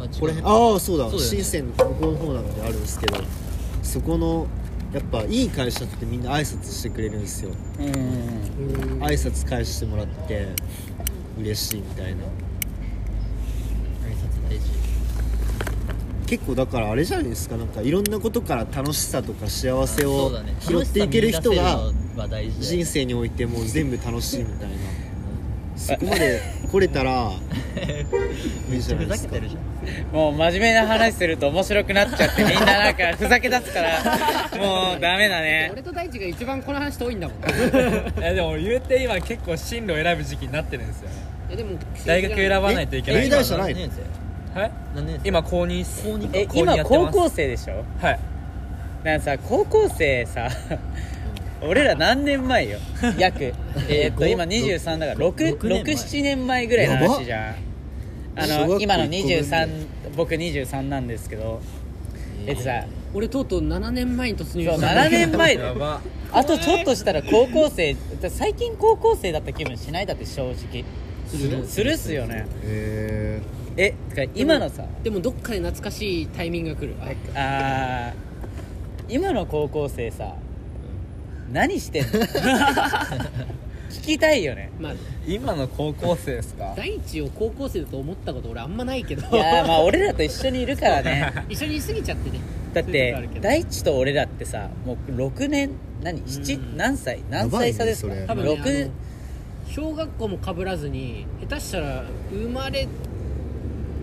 あ違う
これああそうだ
そうだよね
深セン向こうの方なんであるんですけどそこのやっぱいい会社ってみんな挨拶してくれるんですよ
うん
挨拶返してもらって嬉しいみたいな
挨拶大事
結構だからあれじゃないですかなんかいろんなことから楽しさとか幸せ
そ
を
うだね
拾っていける人が
楽しさ見出せるのは大事だよ
人生においてもう全部楽しいみたいなそこまで来れたらいいじゃないですか
るじゃん
もう真面目な話すると面白くなっちゃってみんななんかふざけ出すからもうダメだね
俺と大地が一番この話遠いんだもんい
やでも言うて今結構進路選ぶ時期になってるんですよね
やでも
大学選ばないといけない
え英大じゃない
何年生
はい
何年生
今高2っす高
え今
やって
高
ます
校生でしょ
はい
なんかさ高校生さ俺ら何年前よ約えーっと
ご
今23だから
六年前
67年前ぐらいの話じゃんあ
小学校
の今の
一個分
23僕23なんですけどえっとさ
俺とうとう7年前に突入
そう
した
7年前で
やば
あとちょっとしたら高校生だ最近高校生だった気分しないだって正直するっすよね
へ
えてか今のさ
でもどっかで懐かしいタイミングが来るあ
あー今の高校生さ何してんの聞きたいよね
まあ
今の高校生ですか
大地を高校生だと思ったこと俺あんまないけど
いやーまあ俺らと一緒にいるか らね
一緒にいすぎちゃってね
だっ
そういうことある
て
けど
大地と俺らってさもう6年何7何歳何歳差ですか、
や
多
ば
分、ね
6、
あの小学校もかぶらずに下手したら生まれ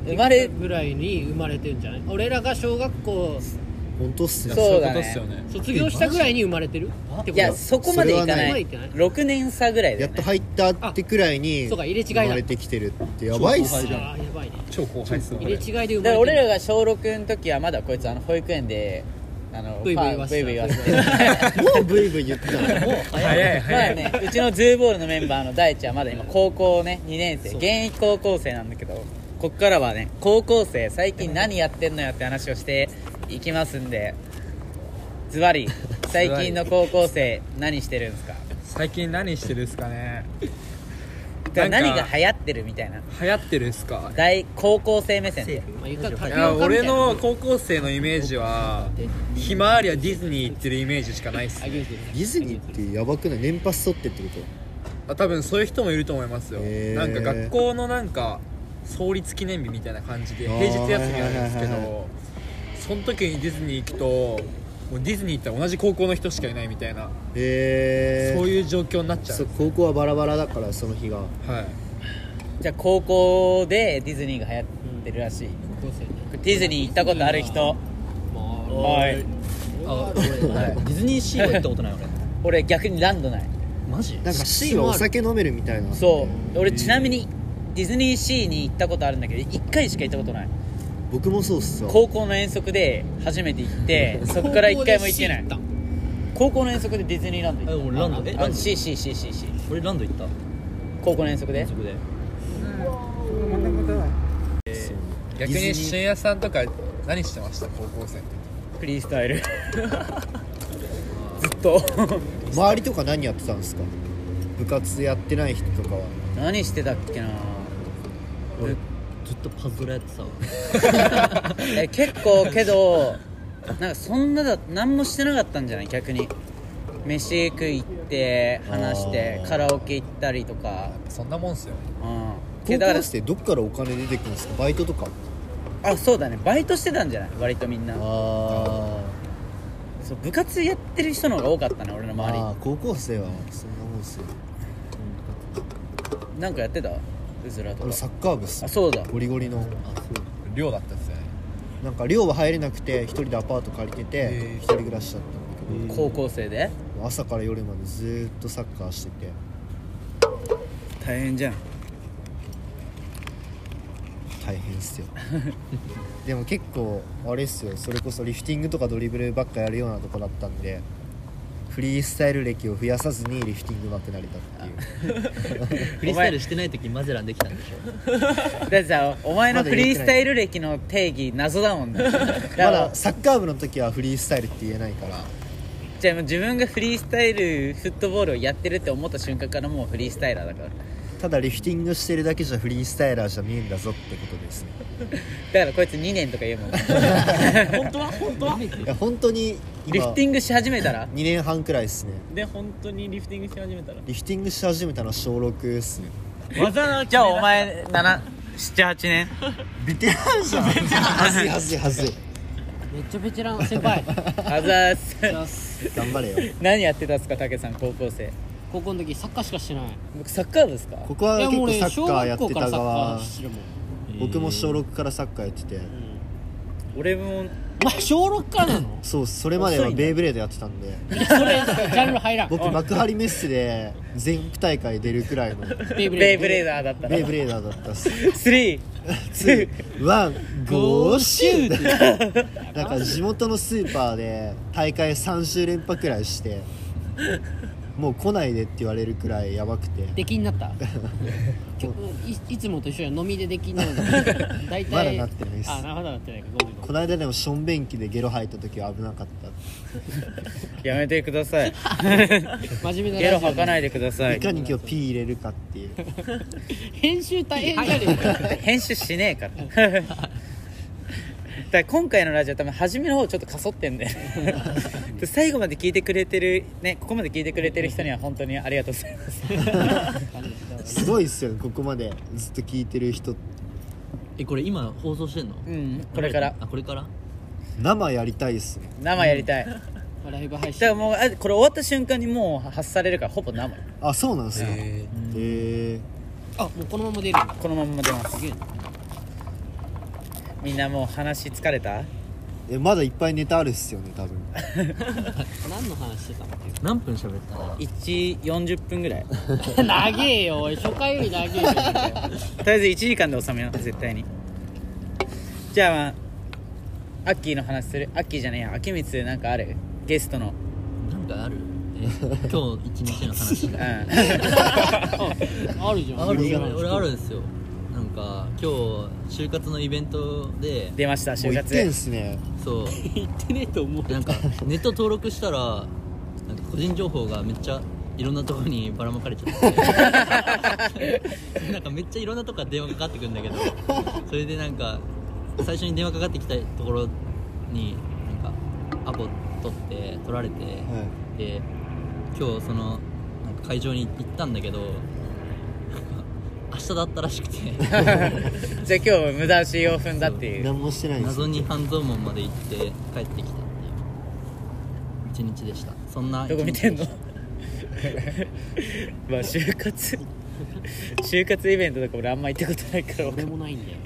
生まれ
ぐらいに生まれてるんじゃない俺らが小学校
え本当っすね
そうだ
いやそういうことっす
ね
よね
卒業したぐらいに生まれてるってこと
いやそこまでいかない
それはない
6年差ぐらいだ
や
よ
っ
ね
と入ったってくらいに
そうか入れ違い
生
だ
まれてきてるってやばいっすね
あーやばいね
超後輩っすよ
入れ違いで生まれてる
だから俺らが小6の時はまだこいつあの保育園であの
ブイブイ
パ
言わ
ーブ
せ
イ
た
ブイ言わせてま
もうブイブイ言ってたの
早い
あ
早い
ねうちのズーボールのメンバーの大地はまだ今高校ね2年生現役高校生なんだけどこっからはね高校生最近何やってんのよって話をしていきますんでズバ リ最近の高校生何してるんですか
最近何してるっすかねなんか
何が流行ってるみたいな
流行ってるっすか
大高校生目線で
まあ言ったらタ
い
ピオ
や
カみたい
俺
な
の高校生のイメージはひまわりはディズニー行ってるイメージしかないっす
あげるけど
ディズニーってやばくない年パス取ってってこと
あ多分そういう人もいると思いますよ
へー
なんか学校のなんか創立記念日みたいな感じで
あー
平日休みあるんですけ
はいはいはい
どその時にディズニー行くともうディズニー行ったら同じ高校の人しかいないみたいな、
え
そういう状況になっちゃ
そう
う
高校はバラバラだからその日が
はい
じゃあ高校でディズニーが流行ってるらしい、ディズニー行ったことある人はい
ディズニーシーは行ったことない
俺逆にランドない
俺マジ
なんか C はお酒飲めるみたいな
そう俺ちなみにディズニーシーに行ったことあるんだけど1回しか行ったことない
僕もそうっすわ
高校の遠足で初めて行 ってそこから1回も行ってない高校の遠足でディズニーランド行っ
俺ランドえ
た
ラ
あ
ンド
CCCCC
俺ランド行った
高校の遠足で
そこで
逆に深夜さんとか何してました高校生の
フリースタイ ルずっと
周りとか何やってたんですか部活やってない人とかは
何してたっけな
ずっとパズルやってさ
え結構けどなんかそんなだ何もしてなかったんじゃない逆に飯食い行って話して
あー
カラオケ行ったりとか
時そんなもんっすよ
うんけどだか
高校
ら
生どっからお金出てくるんですかバイトとか
あそうだねバイトしてたんじゃない割とみんな
あ
そう部活やってる人の方が多かったね俺の
ー
周
あー高校生はそんなもんっすよ
りなんかやってたうずらとか
俺サッカー部っす
あそうだ
ゴリゴリの
寮だったっすよね
なんか寮は入れなくて一人でアパート借りてて一人暮らしだったんだけど
高校生で
朝から夜までずーっとサッカーしてて
大変じゃん
大変っすよ でも結構あれっすよそれこそリフティングとかドリブルばっかやるようなとこだったんでフリースタイル歴を増やさずにリフティング上手くなれたっ ていう
フリースタイルしてない時マゼランできたんでしょ
だってさお前のフリースタイル歴の定義謎だもんねだから
まだサッカー部の時はフリースタイルって言えないから
じゃあもう自分がフリースタイルフットボールをやってるって思った瞬間からもうフリースタイラーだから
ただリフティングしてるだけじゃフリースタイラーじゃねえんだぞってことですね
だからこいつ2年とか言うもん
本 当は本当はい
や本当に
リ
今
フティ
2
ングし始めたら
年半くらいですね
で本当にリフティングし始めたら
リフティングし始めたのは小6ですね
技の
じゃあお前778年
ベテラン じゃんはずいはずいはずい
めっちゃベテラン先輩
あざーす
頑張れよ
何やってたっすか武さん高校生
高校の時サッカーしかしてない
僕サッカー部ですか
ここはい
や
結
もう
構
俺
サ
小
ッカーや
学
って
校か
た
らサッカ
側
ーしてるもんう
僕も小6からサッカーやってて
ん
俺も
お前小6からな の
そうそれまではベイブレードやってたんで
いやそれジャンル入らん
僕幕張メッセで全国大会出るくらいの
ベイブ
ベイブレー
ー
ダーだったら
ベイブレーダーだったっす
3
ワンゴーシュートなんか地元のスーパーで大会3週連覇くらいしてもう来ないでって言われるくらいやばくて
出禁にな ったきょいいつもと一緒や飲みで出禁になるんだけど 大体
まだなってないです
あまだなってないかごめんごめん
この間でもしょんべん機でゲロ吐いた時は危なかった
やめてください
真面目な
ゲロ
ラジオ
吐かないでくださ
い
い
かに今日 P 入れるかっていう
編集大変じゃねえ か
編集しねえから だから今回のラジオ多分初めの方ちょっとかそってんで 最後まで聞いてくれてるねここまで聞いてくれてる人には本当にありがとうございます
すごいっすよねここまでずっと聞いてる人
えこれ今放送してんの
うんこれから
あこれから
生やりたいっすね
生やりたい、だか
ライブ配信
らもうあこれ終わった瞬間にもう発されるからほぼ生
あそうなんですかへ
え
え
あもうこのまま出るんだ
このまんま出ます
すげえな
みんなもう話疲れた
えまだいっぱいネタあるっすよね多分
何の話してた の
何分喋ったの
140分ぐらい
長えよおい初回より長えよ
とりあえず1時間で収めよう絶対にじゃあ、まあ、アッキーの話するアッキーじゃねえや秋光なんかあるゲストの
なんかあるえ今日一日の話
う
が
ん
あるじゃん
ある
よ
俺俺あるんですよなんか今日就活のイベントで
出ました
も
就
う行ってん
活
すね
そう
言ってねえと思う
なんかネット登録したらなんか個人情報がめっちゃいろんなとこにばらまかれち ゃってなんかめっちゃいろんなとこから電話かかってくるんだけどそれでなんか最初に電話かかってきたところになんかアポ取って取られて、
はい
で今日そのなんか会場に行ったんだけどなんか明日だったらしくて
じゃあ今日無駄足を踏んだっていう
何もしてないです
謎に半蔵門まで行って帰ってきたっていう一日でしたそんな一
ど
日
こ見てんのまあ就活 就活イベントとか俺あんま行ったことないから分
俺
かんない
もないんだよ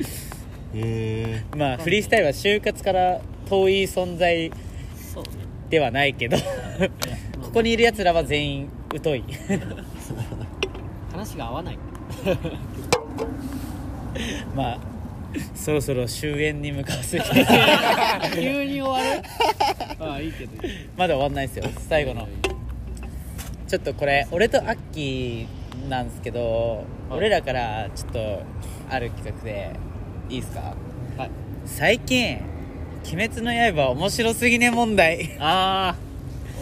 え
まあフリースタイルは就活から遠い存在
そうね
ではないけど ここにいるやつらは全員疎い
話が合わない
まあそろそろ終焉に向かわせて
急に終わるああいいけど
まだ終わんないですよ最後のちょっとこれ俺とアッキーなんですけど俺らからちょっとある企画でいいですか
はい
最近「鬼滅の刃」面白すぎね問題ああ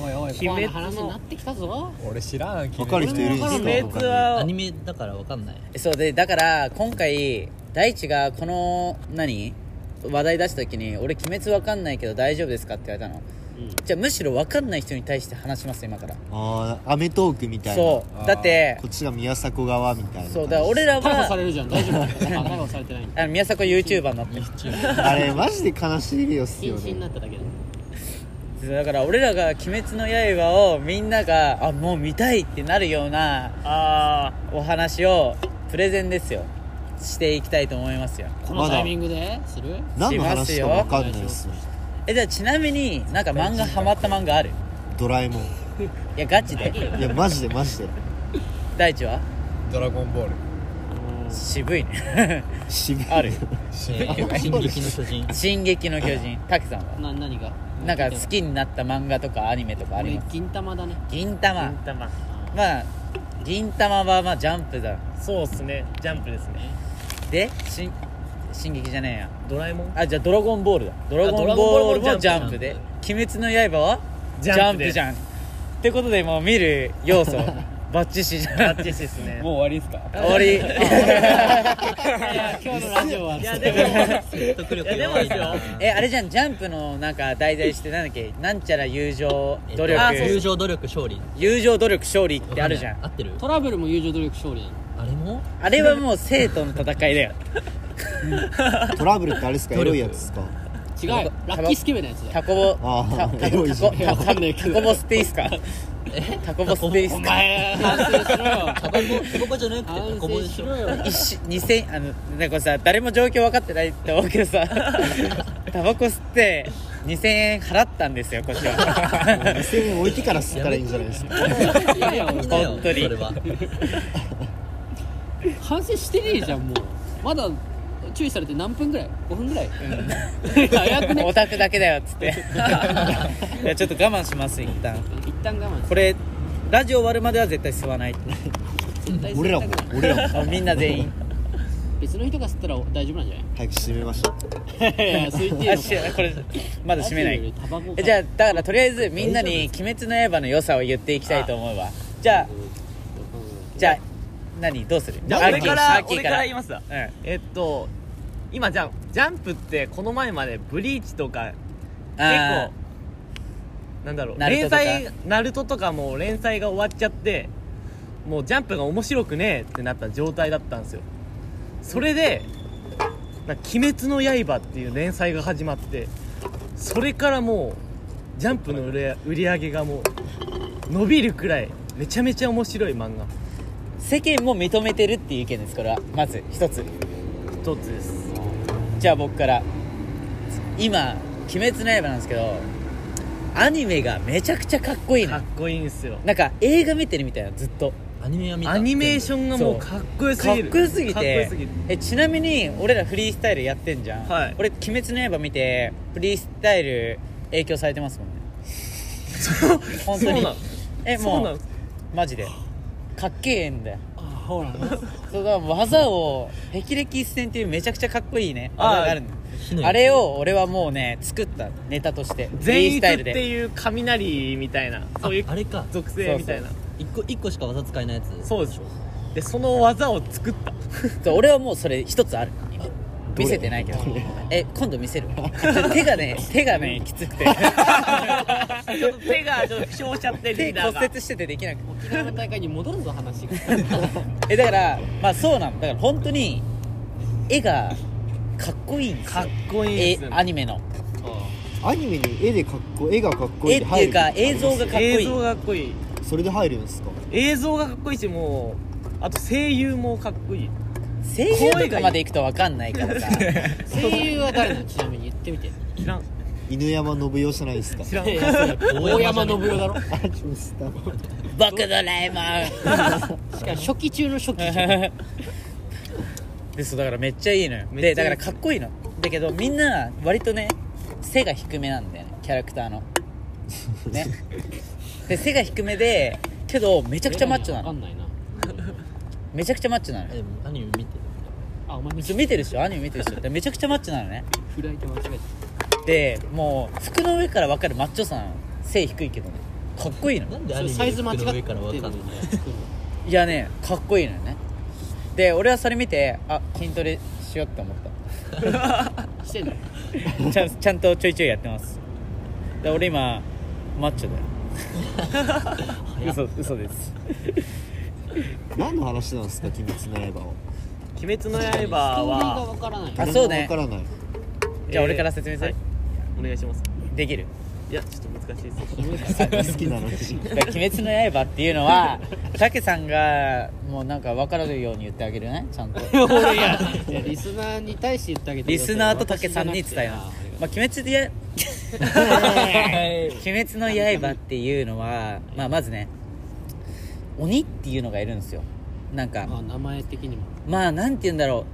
おいおい
鬼滅の
怖な話になってきたぞ
俺知らん
ー、分かる人いるんです か
鬼滅は
アニメだからわかんない
そうでだから今回大地がこの何話題出した時に俺「鬼滅わかんないけど大丈夫ですか?」って言われたの、じゃあむしろわかんない人に対して話します今から
ああアメトークみたいな
そ
こ
あー
うだって
っちが宮迫側みたいな
そうだから俺ら
逮捕さ
は
れるじゃん大丈夫あ逮捕されてないんだ
あの宮迫 YouTuber になって
あれマジで悲しいよっす
禁
よ
止にな
ね
っただけだ
だから俺らが「鬼滅の刃」をみんながあもう見たいってなるようなあお話をプレゼンですよしていきたいと思いますよ
こ
ま
の
だ
タイミングでする
何の話か分かんないっすよ
えじゃあちなみになんか漫画ハマった漫画ある
ドラえもん
いやガチで
いやマジでマジで
大地は
ドラゴンボール
渋いね
渋い
ある
えー進撃の巨人
「進撃の巨人」たけさんは
な何が
なんか好きになった漫画とかアニメとかあり
俺
ます
銀玉だね
銀玉
銀玉
まあ銀玉はまあジャンプだ
そうっすねジャンプですね
でし進撃じゃねえや
ドラえもん
あじゃあドラゴンボールだドラゴンボールもジャンプで「鬼滅の刃」はジ
ジャンプで
ャンプじゃんってことでもう見る要素バッチシじゃん
バッチシですね
もう終わりですか
終わり
今日のラジオはい
やで も
説得力
いやでも
弱い
ですよ
な
えあれじゃんジャンプのなんか題材してなんだっけなんちゃら友情
えっと
努力、
あそう友情努力勝利
友情努力勝利ってあるじゃん
合ってる
トラブルも友情努力勝利なの
あれも
あれはもう生徒の戦いだよ
トラブルってあれっすかエ
努力
ロいやつっすか
違うよラッキースケベのやつだよ
タコボ
あー
タタ
エロいじゃん
コタ
わかんないけど
コボステイスかタコボステイスか
前反省しろよ
タバコタバコじゃなくてタ
反
コボ
省
で
し
し
ろ
ょ
よ
一瞬2000あのなんかさ誰も状況分かってないって思うけ どさタバコ吸って2000円払ったんですよこっちは
2000円置いてから吸ったらいいんじゃないですか
いやいや
みんなよ
本当に
それは
反省してねえじゃんもうまだ注意されて何分ぐらい5分ぐらい早くね
オタクだけだよっつっていやちょっと我慢します一旦
一旦我慢
これラジオ終わるまでは絶対吸わない
絶対
俺らも
吸いたくない
俺らも
あみんな全員
別の人が吸ったら大丈夫なんじゃ
早く閉めましょう
ないいやいや吸いてえ
あ
の
しこれまだ閉めない
タバコ
えじゃあだからとりあえずみんなに「鬼滅の刃」の良さを言っていきたいと思うわじゃあじゃあ何どうする
じゃあ
アッ
俺
キー
から
アッキー
俺から言いますだ
うん
えっと今じゃあジャンプってこの前までブリーチとか結
あ
構なんだろう
ナ
連
ルトとか
載ナルトとかもう連載が終わっちゃってもうジャンプが面白くねえってなった状態だったんですよそれで「なんか鬼滅の刃」っていう連載が始まってそれからもうジャンプの売れ売り上げがもう伸びるくらいめちゃめちゃ面白い漫画
ー世間も認めてるっていう意見ですこれはまず一つ
一つです
じゃあ僕から今「鬼滅の刃」なんですけどアニメがめちゃくちゃかっこいい
か
の
っこいいんすよ
なんか映画見てるみたいなずっと
アニメは見た
アニメーションがもうかっこよす
かっ
ぎる
こよすぎ
かっこよ
て
すぎる
えちなみに俺らフリースタイルやってんじゃん、
はい
俺「鬼滅の刃」見てフリースタイル影響されてますもんね本当
そ
に
うなの
え
そう
も
な
うんマジでかっけえんだよ
あほら
そうだから技を霹靂一閃っていうめちゃくちゃかっこいいね
あー
技があるのあれを俺はもうね作ったネタとして
全員
フリースタイ
っ
ル
て
で
いう雷みたいなそういう
ああれか
属性みたいな
一個一個しか技使えないやつ
そうですでその技を作った
そう俺はもうそれ一つある今見せてないけどえ今度見せる わちょっと手 がね手がねきつくて
ちょっと手がちょっと負傷しちゃってリ
手
ーダーが
骨折しててできなくて
沖縄の大会に戻るぞ話が
えだからまあそうなのだから本当に絵がかっこいいんですよ
かっこいいです
えアニメの
アニメに絵でかっこ絵がかっこいい
絵っ
で
て
入
い
る
うか映像がかっこい
映
い
像がかっこいい
それで入るんですか
映像がかっこいいしもうあと声優もかっこいい
声優とかまで行くと分かんな いからさ
声優は誰なのちなみに言ってみて
知らん
犬山信代じゃないですか
知らん
大山信代だろ
あちょっとスタバ
僕ドラえもん
しかも初期中の初期じゃん
でそうだからめっちゃいいのよ
めっ
で
ちゃ
だ
いい
からかっこいいのだけどみんな割とね背が低めなんだよねキャラクターのねで背が低めでけどめちゃくちゃマッチョな
わか
の
んないな
めちゃくちゃマッチョなのよ
えアニメ見て
あお前見
そ
せ
う見てるでしょアニメ見てるでしょでめちゃくちゃマッチョなのね
フライト間違え
でもう服の上から分かるマッチョさなの背低いけどねかっこいいの
たなんで
た
ア
そ
ニ
れサ
メ
イズ間違って
の
る
上からわかんない
いやねかっこいいのよねで俺はそれ見てあ筋トレしようって思った
してんの
ちゃんちゃんとちょいちょいやってますで俺今マッチョだよ嘘嘘です
何の話なんですか鬼滅の刃は
「鬼滅の刃
ストーリーが
は」
わからない
あそうね
誰もわからない
じゃあ俺から説明する、
お願いします
できる
いやちょっと難しいです
好き な話
だから鬼滅の刃」っていうのは武さんがもうなんか分かるように言ってあげるねちゃ んと
俺やいやリスナーに対して言ってあげて
リスナーと武さんに伝えますまあ、鬼滅でや 鬼滅の刃っていうのは、まあ、まずね鬼っていうのがいるんですよなんか
まあ名前的にも
まあなんて言うんだろ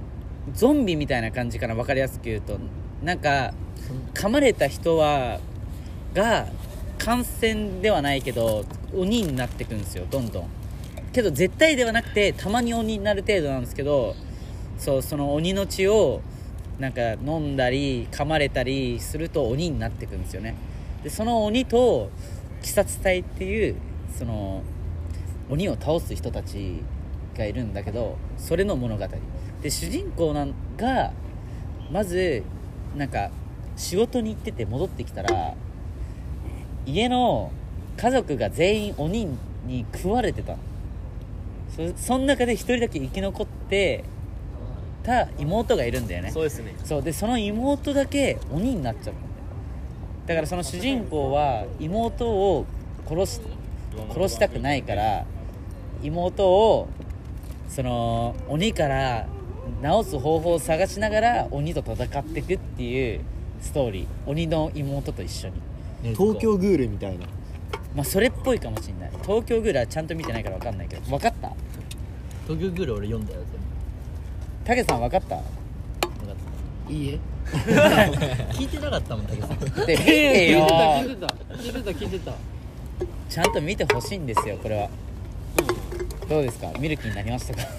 うゾンビみたいな感じかな分かりやすく言うとなんか噛まれた人はが感染ではないけど鬼になってくんですよどんどんけど絶対ではなくてたまに鬼になる程度なんですけどそうその鬼の血をなんか飲んだり噛まれたりすると鬼になってくんですよねでその鬼と鬼殺隊っていうその鬼を倒す人たちがいるんだけどそれの物語で主人公なんがまずなんか仕事に行ってて戻ってきたら家の家族が全員鬼に食われてたのそその中で一人だけ生き残ってた妹がいるんだよね
そうですね
そうでその妹だけ鬼になっちゃったんだよだからその主人公は妹を殺し殺したくないから妹をその鬼から治す方法を探しながら鬼と戦っていくっていうストーリー鬼の妹と一緒に
東京グールみたいな
まあそれっぽいかもしんない東京グールはちゃんと見てないから分かんないけど分かった
東京グール俺読んだよ全
たけさん分かった
部分か
いいえ
った 聞いてなかったもんだけどさ
で見て よ
聞いてた聞いてた聞いてた聞いてた
ちゃんと見てほしいんですよこれはどうですか見る気になりましたか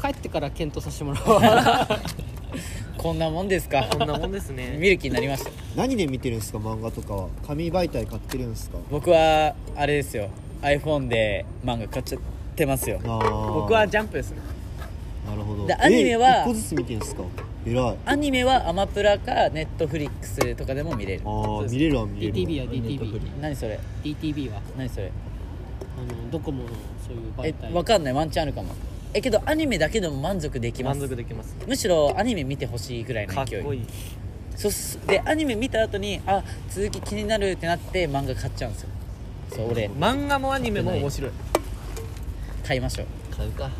帰ってから検討させてもらおう
こんなもんですか
こんなもんですね
見る気になりました
何で見てるんですか漫画とかは紙媒体買ってるんですか
僕はあれですよ iPhone で漫画買っちゃってますよ
あ
僕
僕
はジャンプですね
なるほど
でアニメは
え一個ずつ見てるんですか偉い
アニメはアマプラか Netflix とかでも見れる
あー見れるわ見れるわ
DTV は DTV
何それ
DTV は
何それ
あのドコモのそういう
え
媒体
わかんないワンチャンあるかもえけどアニメだけでも満足できま
満
す
足できます
むしろアニメ見てほしいぐらい
か
の
っ
勢い
こいい
そうっすでアニメ見た後にあ続き気になるってなって漫画買っちゃうんですよそう俺
漫画もアニメも面白い
買いましょう
買うか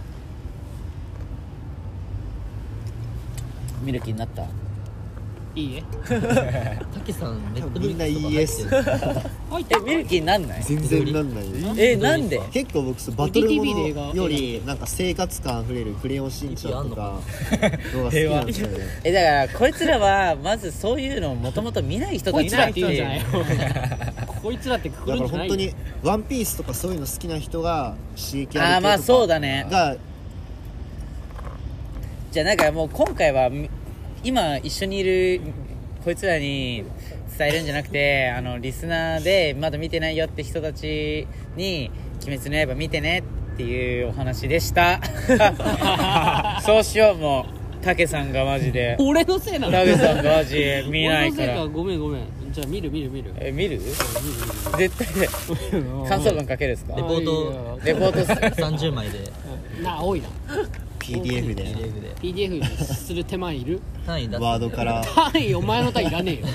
見る気になった
いいえ
たけさんネット
みんないいえす
とか入ってる
え見る気になんない
全然なんないよ
えなんで
結構僕そうバトルも
DTV で映画
のよりなんか生活感あふれる「クレヨンしんちゃん」とかのが好きなんですよね
えだからこいつらはまずそういうのをもともと見ない人
こ
た
い
ち
つら
だ
っ
ってて
言うん
い
じゃない うこいつらってくく
だ
るん
から
じゃな
本
い
当に「ワンピースとかそういうの好きな人が刺激
あー
ある
まあ
系と
そう
か
だね
が
じゃあなんかもう今回はみ今一緒にいるこいつらに伝えるんじゃなくてあのリスナーでまだ見てないよって人たちに「鬼滅の刃見てね」っていうお話でしたそうしようもうたけさんがマジで
俺のせいなの
たけさんがマジ見ない
俺の
か
せい
ら
かごめんごめんじゃあ見る見る見る
え見る絶対ね感想文書けるんです
レ
か
ポート
レポートす
30枚で
なあ多いな
PDF
リレ
で
ーブで
PDF にする手前いる
単位出す
ワードから
単位お前の単位いらねえよ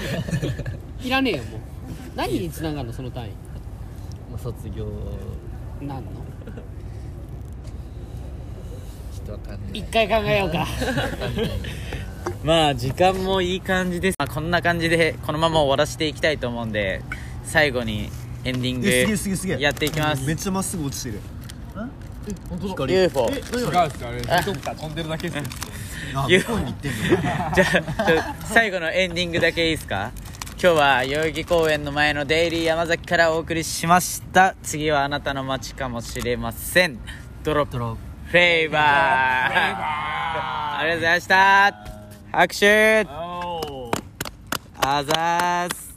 いらねえよもう何につながるのその単位
まあ、卒業
何の
ちょっとわかんない
一回考えようか
まあ時間もいい感じです、まあ、こんな感じでこのまま終わらせていきたいと思うんで最後にエンディン
え すげえすげえすげ
グ
え
やっていきま
めっ
す
ちゃまっすぐ落ちてる光
UFO
違うんですよあれヘリコプター飛んでるだけですよ
あ
言う
向こうに行ってんの
じゃあちょ最後のエンディングだけいいですか今日は代々木公園の前のデイリー山崎からお送りしました次はあなたの街かもしれませんドロップフレーバーありがとうございました拍手あざーす